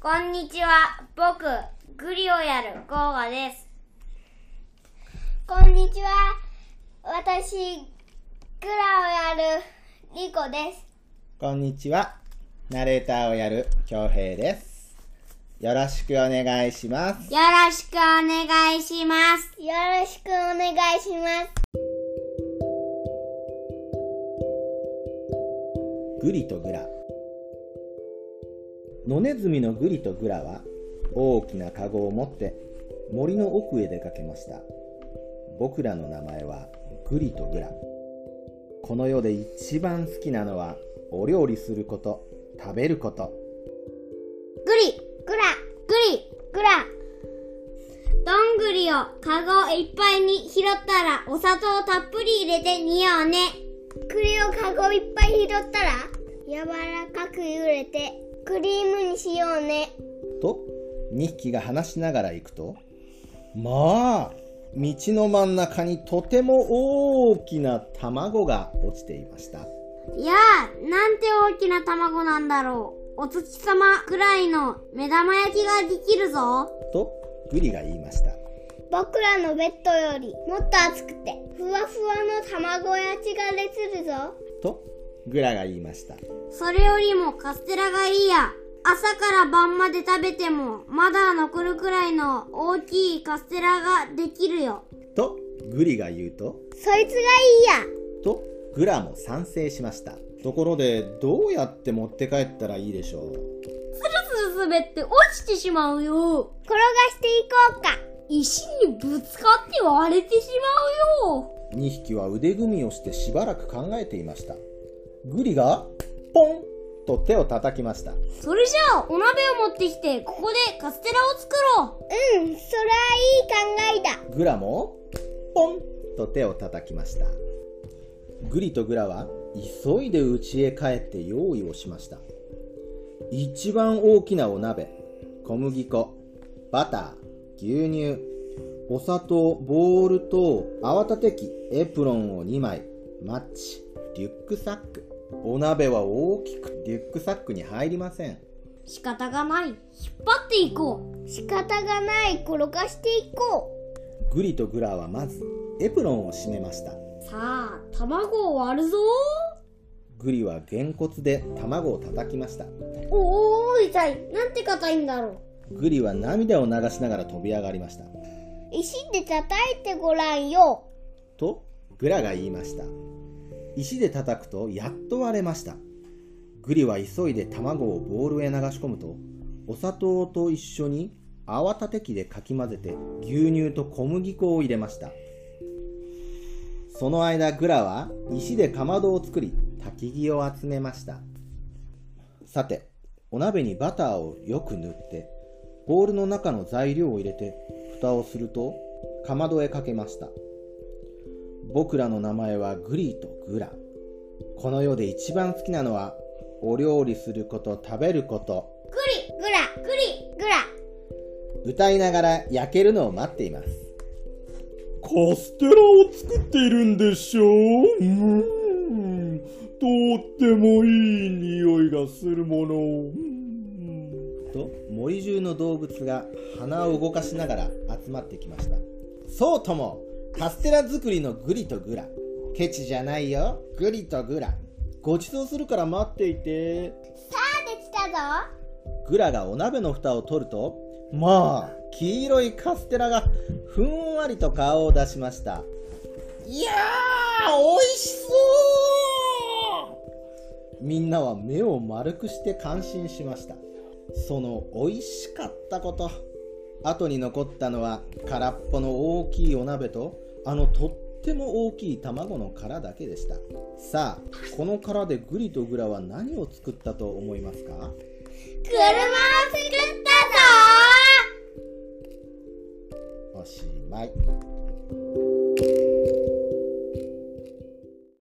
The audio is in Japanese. こんにちは。僕、グリをやるゴーガです。こんにちは。私、グラをやるリコです。こんにちは。ナレーターをやる京平です。よろしくお願いします。よろしくお願いします。よろしくお願いします。グリとグラ。野ネズミのグリとグラは大きなカゴを持って森の奥へ出かけました。僕らの名前はグリとグラ。この世で一番好きなのはお料理すること、食べること。グリ、グラ、グリ、グラ。どんぐりをカゴいっぱいに拾ったらお砂糖たっぷり入れて煮ようね。栗をカゴいっぱい拾ったら、柔らかく揺れて、クリームにしようね。と2匹が話しながら行くとまあ道の真ん中にとても大きな卵が落ちていましたいやあ、なんて大きな卵なんだろう。お月様くらいの目玉焼きができるぞ。とグリが言いました僕らのベッドよりもっと熱くて、ふわふわの卵焼きができるぞ。とグラが言いましたそれよりもカステラがいいや。朝から晩まで食べてもまだ残るくらいの大きいカステラができるよ。とグリが言うとそいつがいいや。とグラも賛成しましたところでどうやって持って帰ったらいいでしょうつるつる滑って落ちてしまうよ。転がしていこうか。石にぶつかって割れてしまうよ。 2匹は腕組みをしてしばらく考えていましたグリがポンと手を叩きましたそれじゃあお鍋を持ってきてここでカステラを作ろう。うん、それはいい考えだ。グラもポンと手を叩きましたグリとグラは急いで家へ帰って用意をしました一番大きなお鍋小麦粉バター牛乳お砂糖ボールと泡立て器エプロンを2枚マッチリュックサックお鍋は大きくリュックサックに入りません仕方がない。引っ張っていこう。仕方がない、転がしていこう。グリとグラはまずエプロンを締めましたさあ、卵を割るぞ。グリはげんこつで卵を叩きましたおおー、痛い。なんて硬いんだろう。グリは涙を流しながら飛び上がりました石で叩いてごらんよ。とグラが言いました石で叩くとやっと割れましたグリは急いで卵をボウルへ流し込むとお砂糖と一緒に泡立て器でかき混ぜて牛乳と小麦粉を入れましたその間グラは石でかまどを作り焚き木を集めましたさてお鍋にバターをよく塗ってボウルの中の材料を入れて蓋をするとかまどへかけました僕らの名前はグリーとグラこの世で一番好きなのはお料理すること食べることグリ、グラ、グリ、グラ。歌いながら焼けるのを待っていますカステラを作っているんでしょううんとってもいい匂いがするものと森中の動物が鼻を動かしながら集まってきましたそうともカステラ作りのグリとグラケチじゃないよグリとグラごちそうするから待っていてさあ、できたぞ。グラがお鍋の蓋を取るとまあ黄色いカステラがふんわりと顔を出しましたいやー美味しそうみんなは目を丸くして感心しましたその美味しかったこと後に残ったのは空っぽの大きいお鍋とあのとっても大きい卵の殻だけでしたさあこの殻でグリとグラは何を作ったと思いますか車